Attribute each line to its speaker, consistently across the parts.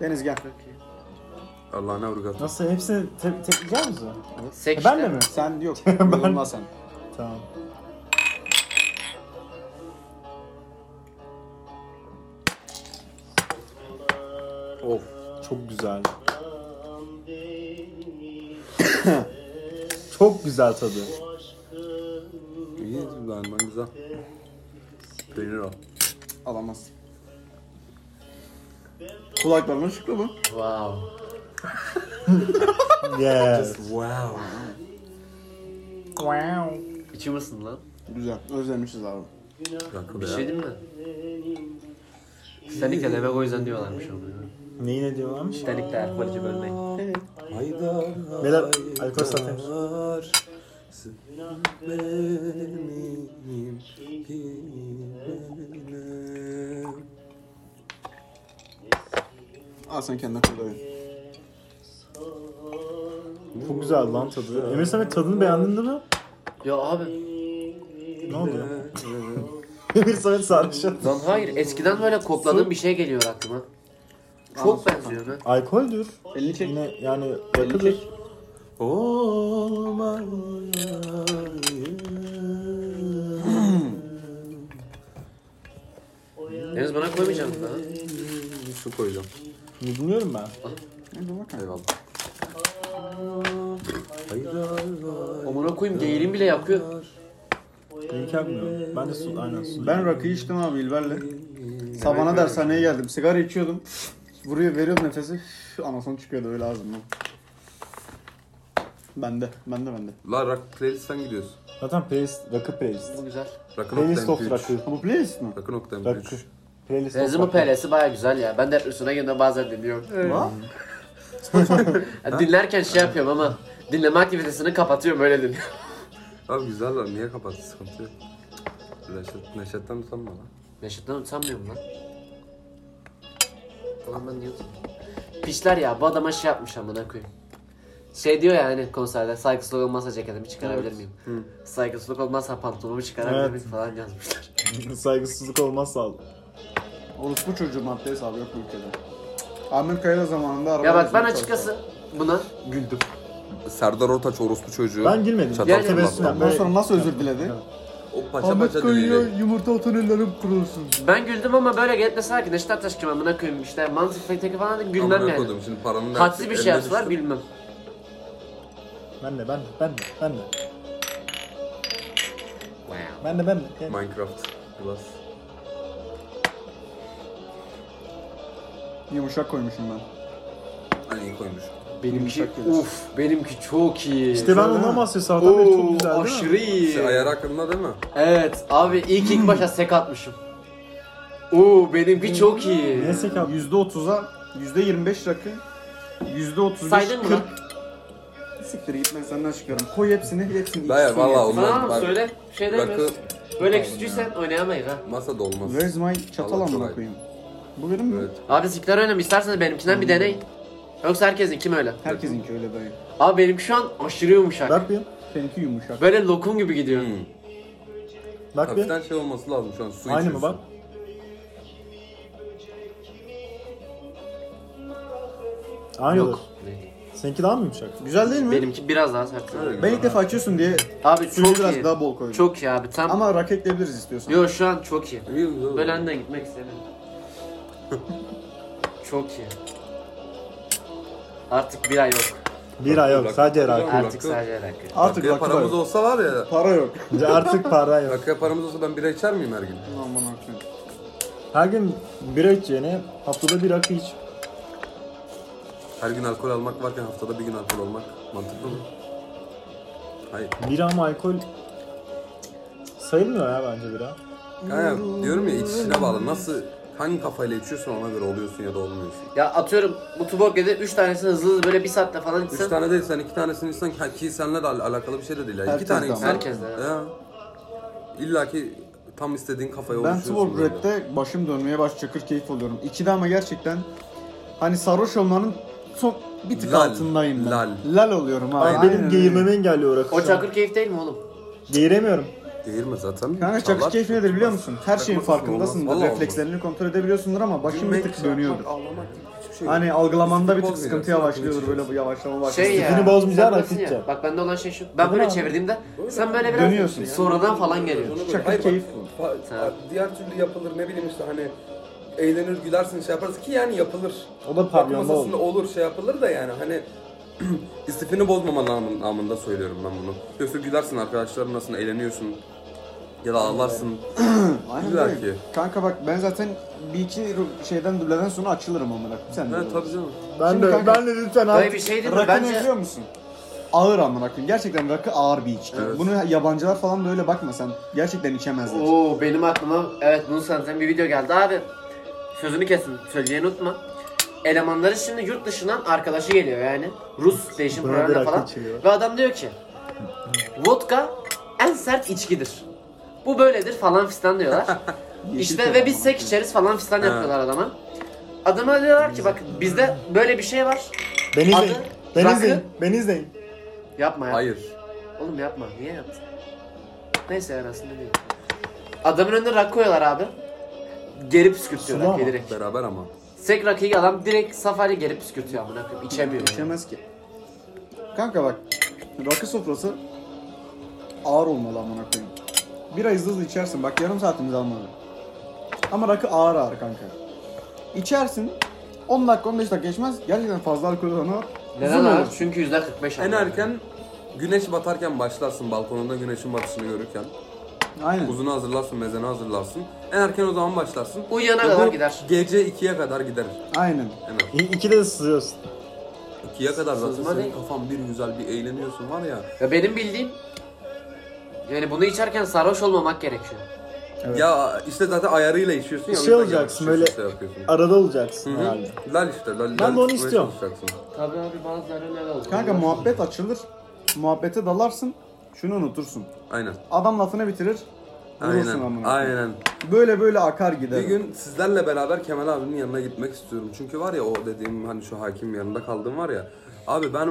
Speaker 1: Deniz gel.
Speaker 2: Allah'ına vurgat.
Speaker 3: Nasıl hepsini te- tekleyecek misin?
Speaker 4: Sek
Speaker 3: E, ben de
Speaker 4: işte.
Speaker 3: mi?
Speaker 1: Sen yok.
Speaker 3: Ben-
Speaker 1: Yorulma sen.
Speaker 3: Tamam.
Speaker 2: Of.
Speaker 3: Çok güzel. Çok güzel tadı.
Speaker 2: İyi lan ben güzel. Peynir al.
Speaker 1: Alamaz. Kulaklarına şıklı mı?
Speaker 4: Wow.
Speaker 3: Yes.
Speaker 2: Wow.
Speaker 3: Wow.
Speaker 4: İçi mısın lan?
Speaker 1: Güzel. Özlemişiz abi.
Speaker 2: Kanka
Speaker 4: Bir
Speaker 2: be
Speaker 4: şey
Speaker 2: ya.
Speaker 4: değil mi? Titanic'te demek o yüzden diyorlarmış onu.
Speaker 3: Neyi ne diyorlarmış?
Speaker 4: Titanic'te alkol içip ölmeyin.
Speaker 2: Haydar.
Speaker 3: Beyler, alkol satayım.
Speaker 2: haydar. Benim bilmem ne.
Speaker 1: Al sen kendine kullanayım.
Speaker 3: Çok güzel lan tadı. Emir Samet tadını beğendin değil mi?
Speaker 4: Ya abi.
Speaker 3: Ne oldu? Emir Samet sarhoş oldu.
Speaker 4: Lan hayır. Eskiden böyle kokladığım bir şey geliyor aklıma. Çok
Speaker 1: Anlasana.
Speaker 4: benziyor lan.
Speaker 3: Alkoldür.
Speaker 1: Elini çek.
Speaker 3: Yine yani
Speaker 1: Elini
Speaker 3: rakıdır.
Speaker 1: çek.
Speaker 4: Deniz bana koymayacaksın mı?
Speaker 2: Su koyacağım.
Speaker 3: Bunu Bilmiyorum ben.
Speaker 1: Hadi bakalım.
Speaker 2: Eyvallah. Haydar.
Speaker 4: Amına koyayım geyirim bile yakıyor.
Speaker 3: İmkan bilmiyorum. Ben de su, aynen su.
Speaker 1: Ben rakıyı içtim abi İlber'le. Sabana dershaneye geldim. Sigara içiyordum. Vuruyor veriyordum nefesi. Üf, Anasını çıkıyordu öyle ağzımdan. Bende. Bende bende.
Speaker 2: La rock playlist'ten gidiyoruz.
Speaker 3: Zaten playlist, rakı playlist.
Speaker 4: Bu güzel.
Speaker 2: Rock'ın
Speaker 3: Playlist of
Speaker 2: nokta MP3.
Speaker 3: rakı.
Speaker 1: Ha bu playlist mi?
Speaker 2: Rock'ın nokta MP3.
Speaker 3: Rakı. Playlist of
Speaker 4: Deniz'in
Speaker 3: rakı.
Speaker 4: PL'si baya güzel ya. Ben de üstüne günde bazen dinliyorum.
Speaker 1: Ha?
Speaker 4: Ya dinlerken şey yapıyorum ama dinleme aktivitesini kapatıyorum öyle dinliyorum.
Speaker 2: Abi güzel lan niye kapattı sıkıntı yok. Neşet, Neşet'ten utanma lan.
Speaker 4: Neşet'ten utanmıyorum lan. Ulan ben niye utanıyorum? Piçler ya bu adama şey yapmış amına koyayım. Şey diyor ya hani konserde saygısızlık olmazsa ceketimi çıkarabilir miyim? Saygısızlık olmazsa pantolonumu çıkarabilir
Speaker 3: Evet.
Speaker 4: miyim falan yazmışlar.
Speaker 3: Saygısızlık olmazsa al.
Speaker 1: Orospu çocuğu maddeye sahibi yok bu ülkede. Ahmet Kaya da zamanında araba
Speaker 4: Ya bak ben
Speaker 1: yazmaya
Speaker 4: açıkçası buna
Speaker 1: güldüm.
Speaker 2: Serdar Ortaç orospu çocuğu.
Speaker 3: Ben gülmedim.
Speaker 2: Çatal
Speaker 4: Yani-
Speaker 3: Tebessüm
Speaker 2: kulaklı.
Speaker 1: Ondan
Speaker 3: böyle-
Speaker 1: sonra nasıl özür diledi?
Speaker 2: O paça paça dinleyecek.
Speaker 1: yumurta atan ellerim kurulsun.
Speaker 4: ben güldüm ama böyle gelip mesela ki Neşet Ataş kim amına koyayım işte mantık feyteki falan da gülmem
Speaker 2: Amına
Speaker 4: yani.
Speaker 2: koydum, Şimdi paranın
Speaker 4: Hadsiz bir şey
Speaker 2: eline
Speaker 4: yapsalar
Speaker 2: düştü.
Speaker 4: gülmem.
Speaker 3: Ben de ben de ben de ben de.
Speaker 4: Wow.
Speaker 3: Ben de ben de. Yani-
Speaker 2: Minecraft. Plus.
Speaker 1: Yumuşak koymuşum ben.
Speaker 2: Hani iyi koymuş.
Speaker 4: Benimki
Speaker 1: Yumuşak gelir.
Speaker 4: uf benimki çok iyi.
Speaker 3: İşte ben
Speaker 1: değil
Speaker 3: ondan
Speaker 1: mi?
Speaker 3: bahsediyorum. Sabahtan beri çok
Speaker 4: Oo,
Speaker 3: güzel değil mi?
Speaker 4: aşırı iyi.
Speaker 2: Şey, ayar hakkında değil mi?
Speaker 4: Evet abi ilk ilk başa sek atmışım. Oo benimki çok iyi.
Speaker 3: Niye sek attın?
Speaker 1: %30'a %25 rakı, %35
Speaker 4: Saydın mı?
Speaker 1: 40. Siktir gitmek senden çıkıyorum. Koy hepsini, hepsini
Speaker 2: Hayır,
Speaker 1: içsin
Speaker 2: vallahi
Speaker 1: ya.
Speaker 2: olmaz.
Speaker 4: Sana mı
Speaker 2: Bak,
Speaker 4: söyle? Şey
Speaker 2: Rakı
Speaker 4: demiyoruz. Böyle küstüysen oynayamayız ha.
Speaker 2: masa dolmaz.
Speaker 1: Where's my çatal
Speaker 2: Allah
Speaker 1: amına
Speaker 2: kolay.
Speaker 1: koyayım? Bu benim mi?
Speaker 2: Evet.
Speaker 4: Abi sikler oynayayım isterseniz benimkinden bir deneyin. Yoksa herkesin kim öyle?
Speaker 1: Herkesinki öyle dayı.
Speaker 4: Abi benimki şu an aşırı yumuşak.
Speaker 3: Bak bir.
Speaker 1: Seninki yumuşak.
Speaker 4: Böyle lokum gibi gidiyor.
Speaker 2: Hmm.
Speaker 3: Bak bir.
Speaker 2: Hafiften şey olması lazım şu an su
Speaker 3: Aynı mı
Speaker 2: içiyorsun.
Speaker 3: bak? Aynı
Speaker 4: Yok.
Speaker 3: Seninki daha mı yumuşak?
Speaker 1: Güzel değil mi?
Speaker 4: Benimki biraz daha sert.
Speaker 2: Öyle
Speaker 1: Ben
Speaker 2: güzel.
Speaker 1: ilk defa açıyorsun diye
Speaker 4: Abi
Speaker 1: suyu
Speaker 4: çok
Speaker 1: biraz
Speaker 4: iyi.
Speaker 1: daha bol koydum.
Speaker 4: Çok iyi abi tam.
Speaker 1: Ama raketleyebiliriz istiyorsan.
Speaker 4: Yo şu an çok iyi.
Speaker 2: İyi, güzel.
Speaker 4: Böyle hani- önden gitmek istemiyorum. çok iyi. Artık bir ay yok.
Speaker 3: Bir ay yok.
Speaker 2: Bak-
Speaker 3: Sadece rakı.
Speaker 4: Artık
Speaker 2: Rakı.
Speaker 4: sadece rakı.
Speaker 1: Artık
Speaker 2: Rakıya
Speaker 1: rakı da
Speaker 2: paramız
Speaker 1: yok.
Speaker 2: olsa var ya.
Speaker 1: Para yok.
Speaker 3: Artık para yok.
Speaker 2: Rakıya paramız olsa ben bira içer miyim her gün?
Speaker 1: Aman akşam.
Speaker 3: Her gün bira içeceğine haftada bir rakı iç.
Speaker 2: Her gün alkol almak varken haftada bir gün alkol almak mantıklı mı? Hayır.
Speaker 3: Bira ama alkol sayılmıyor ya bence bira.
Speaker 2: Kanka diyorum ya içişine bağlı. Nasıl hangi kafayla içiyorsun ona göre oluyorsun ya da olmuyorsun.
Speaker 4: Ya atıyorum bu Tubokke'de 3 tanesini hızlı hızlı böyle 1 saatte falan
Speaker 2: Üç
Speaker 4: içsen.
Speaker 2: tane değil sen iki tanesini insan ki seninle de al- alakalı bir şey de değil. Yani. İki
Speaker 1: Herkes
Speaker 2: tane
Speaker 1: de
Speaker 2: insan.
Speaker 1: ama.
Speaker 4: Herkes de, evet.
Speaker 2: Ya. İlla ki tam istediğin kafaya
Speaker 1: Ben
Speaker 2: oluşuyorsun.
Speaker 1: spor
Speaker 2: böyle.
Speaker 1: break'te başım dönmeye başlıyor. Kır keyif oluyorum. İkide ama gerçekten hani sarhoş olmanın son bir tık
Speaker 2: Lal.
Speaker 1: altındayım ben.
Speaker 2: Lal.
Speaker 1: Lal oluyorum abi.
Speaker 3: Abi
Speaker 1: Aynen
Speaker 3: benim
Speaker 1: öyle.
Speaker 3: geğirmemi engelliyor rakı.
Speaker 4: O
Speaker 3: şu an.
Speaker 4: çakır keyif değil mi oğlum?
Speaker 3: Geğiremiyorum.
Speaker 2: Değirme zaten.
Speaker 1: Kanka çakış
Speaker 2: Çalar.
Speaker 1: keyfi nedir biliyor musun? Her şeyin
Speaker 2: Takmasın,
Speaker 1: farkındasındır.
Speaker 2: olmaz. Vallahi
Speaker 1: Reflekslerini kontrol edebiliyorsundur ama başın bir
Speaker 2: Gülmek,
Speaker 1: tık dönüyordur.
Speaker 2: yapmak, ağlamak hiçbir şey yok.
Speaker 1: Hani algılamanda bir tık
Speaker 2: Futbol
Speaker 1: sıkıntı
Speaker 2: oynayacaksın,
Speaker 1: yavaşlıyordur böyle bu yavaşlama başlıyor.
Speaker 4: Şey ya.
Speaker 3: Stilini bozmayacağı
Speaker 4: sen
Speaker 3: da
Speaker 4: nasıl ya?
Speaker 3: fitçe.
Speaker 4: Bak bende olan şey şu. Ben böyle
Speaker 3: abi.
Speaker 4: çevirdiğimde sen böyle biraz
Speaker 1: Dönüyorsun.
Speaker 4: sonradan falan geliyorsun.
Speaker 1: Şaka
Speaker 2: Hayır, bak,
Speaker 1: keyif
Speaker 2: fa-
Speaker 4: Tamam.
Speaker 2: Diğer türlü yapılır ne bileyim işte hani eğlenir gülersin şey yaparız ki yani yapılır.
Speaker 3: O da
Speaker 2: Bakı
Speaker 3: pavyonda
Speaker 2: masasında
Speaker 3: oldu.
Speaker 2: olur şey yapılır da yani hani istifini bozmama namın- namında söylüyorum ben bunu. Yoksa gülersin arkadaşların nasıl eğleniyorsun ya da ağlarsın.
Speaker 1: Aynen
Speaker 2: Güzel
Speaker 1: öyle.
Speaker 2: ki.
Speaker 1: Kanka bak ben zaten bir iki ru- şeyden dubleden sonra açılırım amına. koyayım. Sen de.
Speaker 2: Ne tabii canım.
Speaker 3: Ben
Speaker 1: Şimdi
Speaker 3: de,
Speaker 1: kanka-
Speaker 3: ben de lütfen
Speaker 4: Böyle
Speaker 3: artık.
Speaker 4: bir şey değil mi?
Speaker 1: Rakı ne
Speaker 4: Bence
Speaker 1: biliyor musun? Ağır amına koyayım. Gerçekten rakı ağır bir içki.
Speaker 2: Evet.
Speaker 1: Bunu yabancılar falan da öyle bakma sen. Gerçekten içemezler.
Speaker 4: Oo benim aklıma evet bunu sanırım bir video geldi abi. Sözünü kesin söyleyeceğini unutma. Elemanları şimdi yurt dışından arkadaşı geliyor yani. Rus değişim
Speaker 3: Bana
Speaker 4: programına
Speaker 3: bırak
Speaker 4: falan.
Speaker 3: içiyor.
Speaker 4: Ve adam diyor ki vodka en sert içkidir. Bu böyledir falan fistan diyorlar. işte ve biz sek içeriz falan fistan yapıyorlar adama. Adama diyorlar ki bak bizde böyle bir şey var.
Speaker 3: Beni
Speaker 4: Adı
Speaker 3: izleyin. Beni
Speaker 4: rakı.
Speaker 3: izleyin. Beni izleyin.
Speaker 4: Yapma ya.
Speaker 2: Hayır.
Speaker 4: Oğlum yapma. Niye yaptın? Neyse yani aslında değil. Adamın önüne rakı koyuyorlar abi. Geri püskürtüyor
Speaker 3: Sulu
Speaker 4: rakıyı
Speaker 3: ama.
Speaker 4: direkt.
Speaker 2: Beraber ama.
Speaker 4: Sek rakıyı adam direkt safari geri püskürtüyor amına koyayım. İçemiyor. yani.
Speaker 1: İçemez ki. Kanka bak. Rakı sofrası ağır olmalı amına koyayım. Bira hızlı hızlı içersin. Bak yarım saatimiz almadı. Ama rakı ağır ağır kanka. İçersin. 10 dakika 15 dakika geçmez. Gerçekten fazla alkol oranı var.
Speaker 4: Neden
Speaker 1: Uzun
Speaker 4: abi?
Speaker 1: olur.
Speaker 4: Çünkü yüzde 45
Speaker 2: En
Speaker 4: amına koyayım.
Speaker 2: erken güneş batarken başlarsın balkonunda güneşin batışını görürken.
Speaker 1: Aynen.
Speaker 2: Uzunu hazırlarsın, mezeni hazırlarsın. En erken o zaman başlarsın.
Speaker 4: Uyuyana
Speaker 2: Ve
Speaker 4: kadar
Speaker 2: bu
Speaker 4: gider.
Speaker 2: Gece 2'ye kadar gider.
Speaker 1: Aynen.
Speaker 2: En az.
Speaker 3: İ- İki de sızıyorsun.
Speaker 2: 2'ye kadar zaten
Speaker 4: Sızma
Speaker 2: senin
Speaker 4: değil.
Speaker 2: kafan bir güzel bir eğleniyorsun var ya.
Speaker 4: Ya benim bildiğim yani bunu içerken sarhoş olmamak gerekiyor.
Speaker 1: Evet.
Speaker 2: Ya işte zaten ayarıyla içiyorsun ya. o
Speaker 3: Şey
Speaker 2: yüzden
Speaker 3: olacaksın,
Speaker 2: yanlış
Speaker 3: böyle-
Speaker 2: şey yapıyorsun.
Speaker 3: Arada olacaksın
Speaker 2: Hı hı.
Speaker 3: herhalde.
Speaker 2: Lal işte. Lal, lal
Speaker 3: de onu
Speaker 2: tutmaya
Speaker 3: istiyorum.
Speaker 2: çalışacaksın.
Speaker 4: Tabii abi bazıları öyle oluyor.
Speaker 1: Kanka muhabbet açılır. Muhabbete dalarsın. Şunu unutursun.
Speaker 2: Aynen.
Speaker 1: Adam lafını bitirir. Vurursun
Speaker 2: Aynen.
Speaker 1: amına. koyayım.
Speaker 2: Aynen.
Speaker 1: Böyle böyle akar gider.
Speaker 2: Bir gün sizlerle beraber Kemal abinin yanına gitmek istiyorum. Çünkü var ya o dediğim hani şu hakim yanında kaldım var ya. Abi ben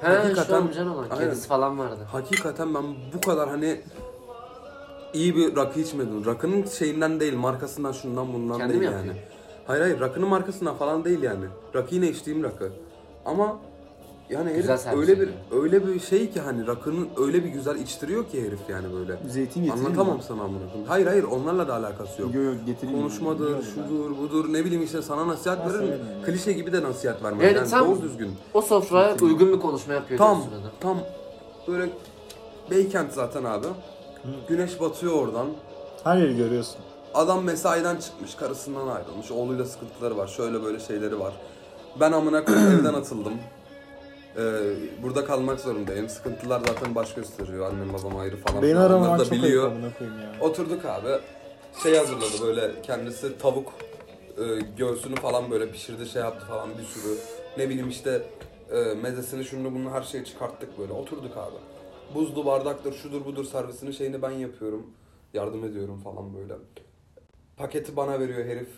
Speaker 4: He şu amcan olan kedisi falan vardı.
Speaker 2: Hakikaten ben bu kadar hani iyi bir rakı içmedim. Rakının şeyinden değil, markasından şundan bundan
Speaker 4: Kendim
Speaker 2: değil
Speaker 4: yapıyor.
Speaker 2: yani. Hayır hayır, rakının markasından falan değil yani. Rakı yine içtiğim rakı. Ama yani
Speaker 4: Güzel
Speaker 2: herif
Speaker 4: servis
Speaker 2: öyle bir
Speaker 4: ediyor.
Speaker 2: öyle bir şey ki hani rakının öyle bir güzel içtiriyor ki herif yani böyle.
Speaker 1: Zeytin getireyim
Speaker 2: Anlatamam
Speaker 1: mi?
Speaker 2: sana amına koyayım. Hayır hayır, onlarla da alakası yok.
Speaker 1: Yo, yo, getireyim mi?
Speaker 2: Konuşmadır, şudur, budur, ne bileyim işte sana nasihat verir. Klişe gibi de nasihat vermez.
Speaker 4: Yani
Speaker 2: Yani,
Speaker 4: tam-
Speaker 2: doğru düzgün.
Speaker 4: O sofraya uygun bir konuşma yapıyor
Speaker 2: Tam,
Speaker 4: diyorsun adam.
Speaker 2: tam böyle Beykent zaten abi. Güneş batıyor oradan.
Speaker 3: Her yeri görüyorsun.
Speaker 2: Adam mesaiden çıkmış, karısından ayrılmış, oğluyla sıkıntıları var, şöyle böyle şeyleri var. Ben amına koyayım evden atıldım. Ee, burada kalmak zorundayım. Sıkıntılar zaten baş gösteriyor. Annem babam ayrı falan.
Speaker 3: Beni
Speaker 2: filan. Onları
Speaker 3: aramaman
Speaker 2: da
Speaker 3: çok ayıp amına koyayım ya.
Speaker 2: Oturduk abi. Şey hazırladı böyle kendisi tavuk e, göğsünü falan böyle pişirdi şey yaptı falan bir sürü. Ne bileyim işte e, mezesini şunu bunu her şeyi çıkarttık böyle oturduk abi. Buzlu bardaktır şudur budur servisini şeyini ben yapıyorum. Yardım ediyorum falan böyle. Paketi bana veriyor herif.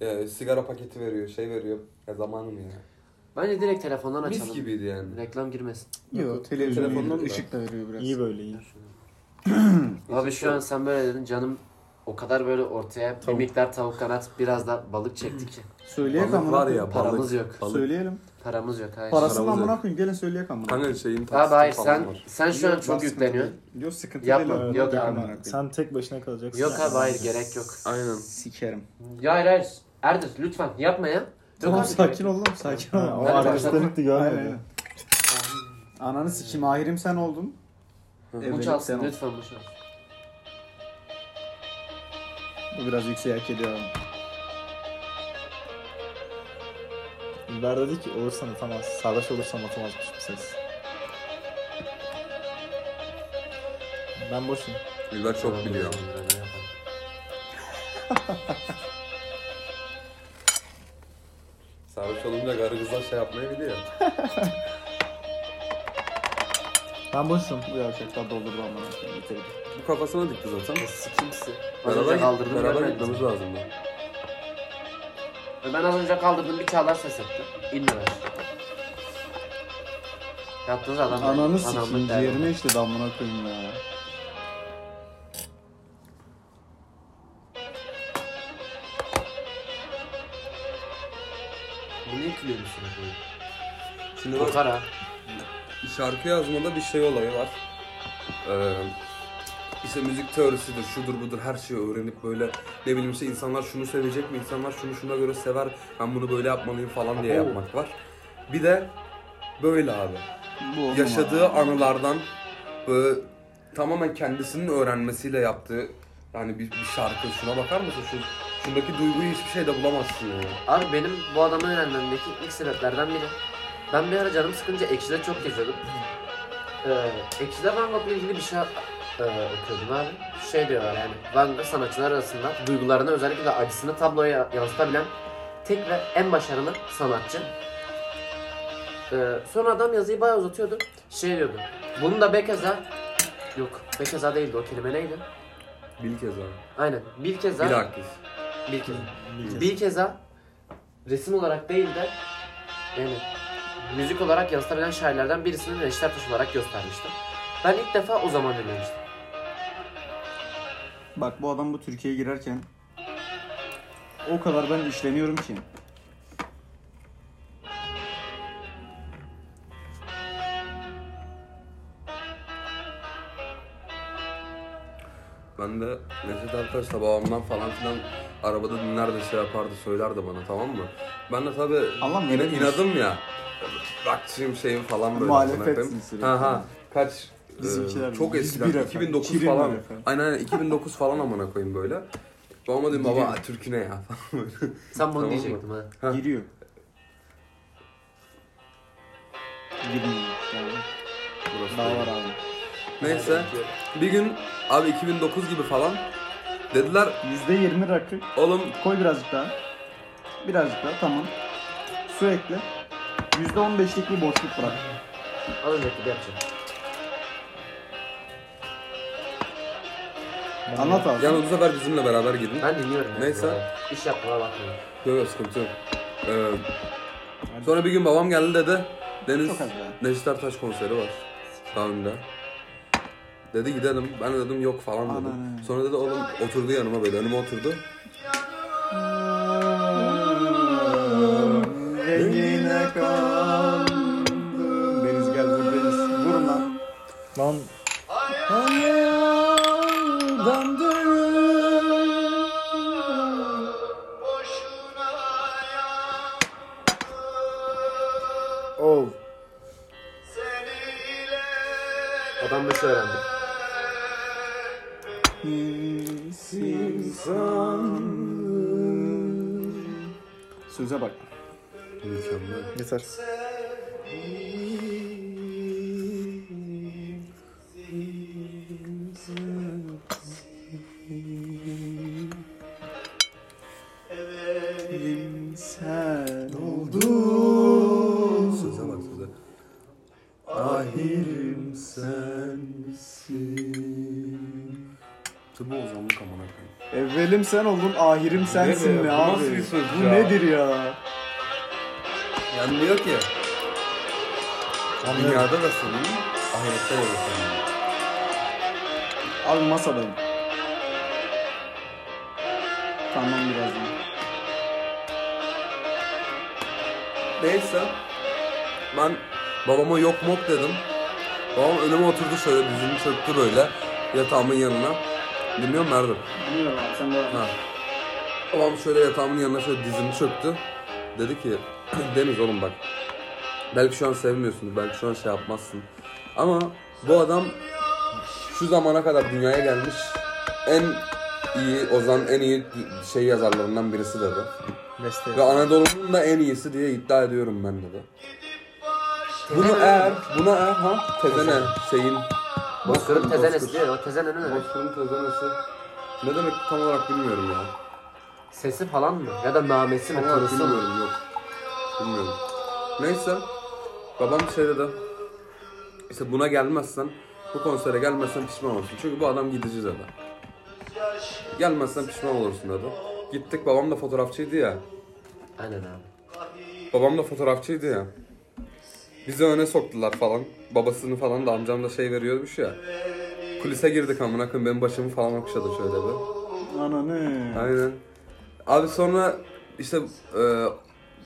Speaker 2: E, sigara paketi veriyor şey veriyor. Ya zamanım ya.
Speaker 4: Bence direkt telefondan açalım.
Speaker 2: Mis gibiydi yani.
Speaker 4: Reklam girmesin.
Speaker 1: Yo, televizyon
Speaker 2: Telefondan
Speaker 1: veriyor,
Speaker 2: da.
Speaker 1: ışık da veriyor biraz.
Speaker 3: İyi böyle iyi.
Speaker 4: Abi şu an sen böyle dedin canım o kadar böyle ortaya bir miktar tavuk kanat biraz da balık çekti ki.
Speaker 1: Söyleyelim
Speaker 2: Balık
Speaker 1: amına
Speaker 2: var
Speaker 1: koyayım.
Speaker 2: ya
Speaker 4: Paramız
Speaker 2: balık.
Speaker 4: yok.
Speaker 2: balık.
Speaker 1: Söyleyelim.
Speaker 4: Paramız yok hayır.
Speaker 1: Parasını
Speaker 2: Paramız
Speaker 1: amına
Speaker 2: yok.
Speaker 1: koyayım gelin söyleyek amına.
Speaker 2: Kanka şeyin
Speaker 4: Abi hayır
Speaker 2: taksiti falan
Speaker 4: sen
Speaker 2: var.
Speaker 4: sen şu an çok yükleniyorsun.
Speaker 1: Yok sıkıntı
Speaker 4: Yapma,
Speaker 1: değil.
Speaker 4: yok abi.
Speaker 1: amına koyayım.
Speaker 3: Sen tek başına kalacaksın.
Speaker 4: Yok abi hayır gerek yok.
Speaker 2: Aynen.
Speaker 1: Sikerim.
Speaker 4: Ya hayır hayır. Erdil lütfen yapma ya. Yok
Speaker 1: Tamam
Speaker 4: abi,
Speaker 1: sakin ol lan sakin ol.
Speaker 3: Ha, O
Speaker 4: Ben de
Speaker 3: arkadaşlar
Speaker 4: başladım.
Speaker 3: gitti
Speaker 1: Aynen,
Speaker 3: görmedi.
Speaker 1: aynen. Ananı sikeyim ahirim sen oldun.
Speaker 4: Bu
Speaker 1: Ebelik sen
Speaker 4: çalsın
Speaker 1: oldun.
Speaker 4: lütfen bu çalsın.
Speaker 1: Bu biraz yükseğe hak ediyor.
Speaker 3: İlber dedi ki olursan atamaz. Sarhoş olursan atamazmış bu ses. Ben boşum.
Speaker 2: Bilber çok biliyor. Sarhoş olunca garı kızlar şey yapmayı biliyor.
Speaker 3: Ben boşum.
Speaker 1: Bu gerçekten doldurdu amına koyayım. bitirdi.
Speaker 2: Bu kafasına dikti zaten.
Speaker 4: Sikimsi. Az
Speaker 2: Beraber,
Speaker 4: önce
Speaker 2: git,
Speaker 4: kaldırdım
Speaker 2: beraber
Speaker 4: görmedin.
Speaker 2: gitmemiz lazım. da.
Speaker 4: Ben az önce kaldırdım bir çağlar ses etti. İndir aşağı. Yaptığınız adam.
Speaker 1: Ananı
Speaker 4: adamlık derdi.
Speaker 1: sikeyim ciğerine işte amına koyayım ya.
Speaker 2: Bu niye kılıyor musun? Şimdi bak
Speaker 4: Korkar ha.
Speaker 2: şarkı yazmada bir şey olayı var. Ee, işte müzik teorisidir, şudur budur her şeyi öğrenip böyle ne bileyim işte insanlar şunu sevecek mi, insanlar şunu şuna göre sever, ben bunu böyle yapmalıyım falan diye yapmak var. Bir de böyle abi.
Speaker 1: Bu olmamalı.
Speaker 2: yaşadığı anılardan böyle tamamen kendisinin öğrenmesiyle yaptığı yani bir, bir şarkı şuna bakar mısın şu şundaki duyguyu hiçbir şeyde bulamazsın yani.
Speaker 4: Abi benim bu adamı öğrenmemdeki ilk sebeplerden biri. Ben bir ara canım sıkınca Ekşi'de çok geziyordum. Ee, Ekşi'de Van Gogh'la ilgili bir şey e, okuyordum abi. Şey diyorlar yani Van Gogh sanatçılar arasında duygularını özellikle de acısını tabloya yansıtabilen tek ve en başarılı sanatçı. Ee, sonra adam yazıyı bayağı uzatıyordu. Şey diyordu. Bunu da Bekeza... Yok Bekeza değildi o kelime neydi?
Speaker 2: Bil kez
Speaker 4: Aynen. Bir kez daha.
Speaker 2: Bilakis.
Speaker 4: Bir kez. Bir keza resim olarak değil de yani müzik olarak yansıtabilen şairlerden birisini Reşit Taş olarak göstermiştim. Ben ilk defa o zaman dinlemiştim.
Speaker 1: Bak bu adam bu Türkiye'ye girerken o kadar ben işleniyorum ki.
Speaker 2: Ben de Necdet Ertaş da babamdan falan filan arabada dinlerdi şey yapardı söylerdi bana tamam mı? Ben de tabi
Speaker 1: Allah
Speaker 2: yine
Speaker 1: muhabbet
Speaker 2: inadım ya. Rockçıyım şeyim falan böyle.
Speaker 1: Muhalefetsin
Speaker 2: amına koyayım.
Speaker 1: sürekli.
Speaker 2: Ha ha. Kaç e,
Speaker 1: Bizimkiler
Speaker 2: çok
Speaker 1: biz
Speaker 2: eskiden
Speaker 1: bir efendim,
Speaker 2: 2009
Speaker 1: kirim
Speaker 2: falan.
Speaker 1: bir efendim.
Speaker 2: Aynen aynen 2009 falan amına koyayım böyle. Babama dedim baba Türk'ü ne ya falan böyle.
Speaker 4: Sen bunu
Speaker 2: Tamam mı?
Speaker 4: diyecektim ha.
Speaker 2: Ha.
Speaker 1: Giriyor. Girmiyor. Yani.
Speaker 2: Burası
Speaker 1: Daha
Speaker 2: da-
Speaker 1: var abi.
Speaker 2: Neyse bir gün abi 2009 gibi falan dediler
Speaker 1: %20 rakı.
Speaker 2: oğlum
Speaker 1: Koy birazcık daha. Birazcık daha tamam. Sürekli. %15'lik bir boşluk bırak.
Speaker 4: Alacaktı bir yapacağım.
Speaker 1: Anlat abi.
Speaker 2: yani bu sefer bizimle beraber gidin.
Speaker 4: Ben dinliyorum. yani
Speaker 2: Neyse.
Speaker 4: bu arada. İş yapmaya bakmıyorum.
Speaker 2: Yok yok sıkıntı yok. Ee, sonra bir gün babam geldi dedi. Deniz
Speaker 1: Çok az ya.
Speaker 2: Necdet Ertaş konseri var. Daha önde. Dedi gidelim. Ben de dedim yok falan dedim.
Speaker 1: Aman.
Speaker 2: Sonra dedi oğlum oturdu yanıma böyle önüme oturdu.
Speaker 1: Rengine kandım. Deniz geldi Deniz. Vurun lan.
Speaker 3: Lan oh.
Speaker 4: Adam bir şey öğrendi.
Speaker 1: Söze bak.
Speaker 2: Mükemmel.
Speaker 3: Yeter.
Speaker 1: Sen
Speaker 2: Söze bak söze. Ahirim sensin. Tabi ozanlık amına koyayım.
Speaker 1: Evvelim sen oldun, ahirim sensin
Speaker 2: be?
Speaker 1: ne,
Speaker 2: Bu
Speaker 1: abi?
Speaker 2: nasıl bir söz
Speaker 1: Bu
Speaker 2: ya?
Speaker 1: nedir ya?
Speaker 2: Yani diyor ki Dünyada da senin, ahirette de senin.
Speaker 1: Abi masadayım. Tamam birazdan.
Speaker 2: Neyse. Ben babama yok mok dedim. Babam önüme oturdu şöyle dizini çöktü böyle yatağımın yanına. Dinliyor musun Erdem?
Speaker 1: Bilmiyorum abi sen de
Speaker 2: Ha. Babam şöyle yatağımın yanına şöyle dizini çöktü. Dedi ki Deniz oğlum bak. Belki şu an sevmiyorsun, belki şu an şey yapmazsın. Ama bu adam şu zamana kadar dünyaya gelmiş en iyi Ozan en iyi şey yazarlarından birisi dedi.
Speaker 3: Beste.
Speaker 2: Ve Anadolu'nun da en iyisi diye iddia ediyorum ben dedi. Bunu eğer, buna eğer ha tezene şeyin
Speaker 4: Bozkır'ın tezenesi
Speaker 2: Bozkır.
Speaker 4: diyor ya. o Tezene ne demek?
Speaker 2: Bozkır'ın tezenesi. Ne demek tam olarak bilmiyorum ya.
Speaker 4: Sesi falan mı? Ya da namesi mi?
Speaker 2: Ama
Speaker 4: Tanısı mı?
Speaker 2: bilmiyorum yok. Bilmiyorum. Neyse. Babam şey dedi. İşte buna gelmezsen, bu konsere gelmezsen pişman olursun. Çünkü bu adam gidici dedi. Gelmezsen pişman olursun dedi. Gittik babam da fotoğrafçıydı ya.
Speaker 4: Aynen abi.
Speaker 2: Babam da fotoğrafçıydı ya. Bizi öne soktular falan. Babasını falan da amcam da şey veriyormuş ya. Kulise girdik amına koyayım benim başımı falan okşadı şöyle bir.
Speaker 1: Ana ne?
Speaker 2: Aynen. Abi sonra işte e,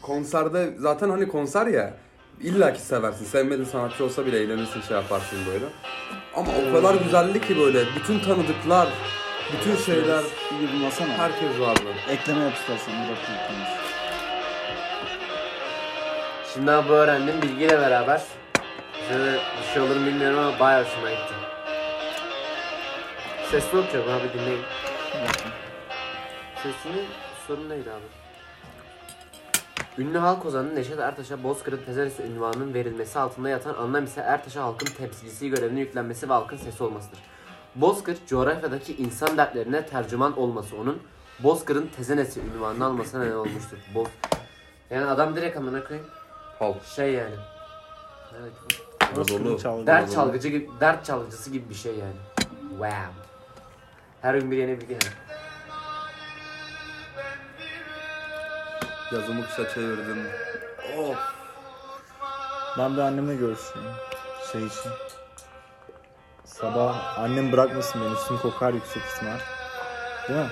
Speaker 2: konserde zaten hani konser ya illa ki seversin. Sevmediğin sanatçı olsa bile eğlenirsin şey yaparsın böyle. Ama o kadar güzeldi ki böyle bütün tanıdıklar, bütün şeyler
Speaker 1: Bir bulmasana.
Speaker 2: herkes vardı.
Speaker 1: Ekleme yap istersen bir dakika.
Speaker 4: Şimdi abi bu öğrendim bilgiyle beraber. Size bir şey olur mu bilmiyorum ama bayağı hoşuma gitti. Sesini okuyorum abi dinleyin. Sesini sorun neydi abi? Ünlü halk ozanı Neşet Ertaş'a Bozkır'ın tezeresi ünvanının verilmesi altında yatan anlam ise Ertaş'a halkın temsilcisi görevini yüklenmesi ve halkın sesi olmasıdır. Bozkır, coğrafyadaki insan dertlerine tercüman olması onun Bozkır'ın tezenesi ünvanını almasına neden olmuştur. Boz... Yani adam direkt amına koyayım
Speaker 2: Halk.
Speaker 4: şey yani. Evet.
Speaker 2: Anadolu.
Speaker 4: Dert çalgıcı gibi, dert çalgıcısı gibi bir şey yani. Wow. Her gün bir yeni bilgi yani.
Speaker 2: Yazımı kısa çevirdim. Of.
Speaker 3: Ben bir annemle görüştüm. Şey için. Sabah annem bırakmasın beni üstüm kokar yüksek ihtimal. Değil mi?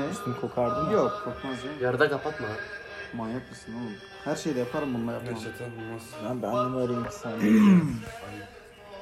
Speaker 1: Ne?
Speaker 3: Üstüm kokar değil mi?
Speaker 1: Yok korkmaz ya.
Speaker 4: Yarıda kapatma. ha.
Speaker 1: Manyak mısın oğlum? Her şeyi de yaparım bununla yapmam.
Speaker 2: Reçete olmaz.
Speaker 3: Ben bir annemi arayayım ki sen. de-
Speaker 2: Ayıp.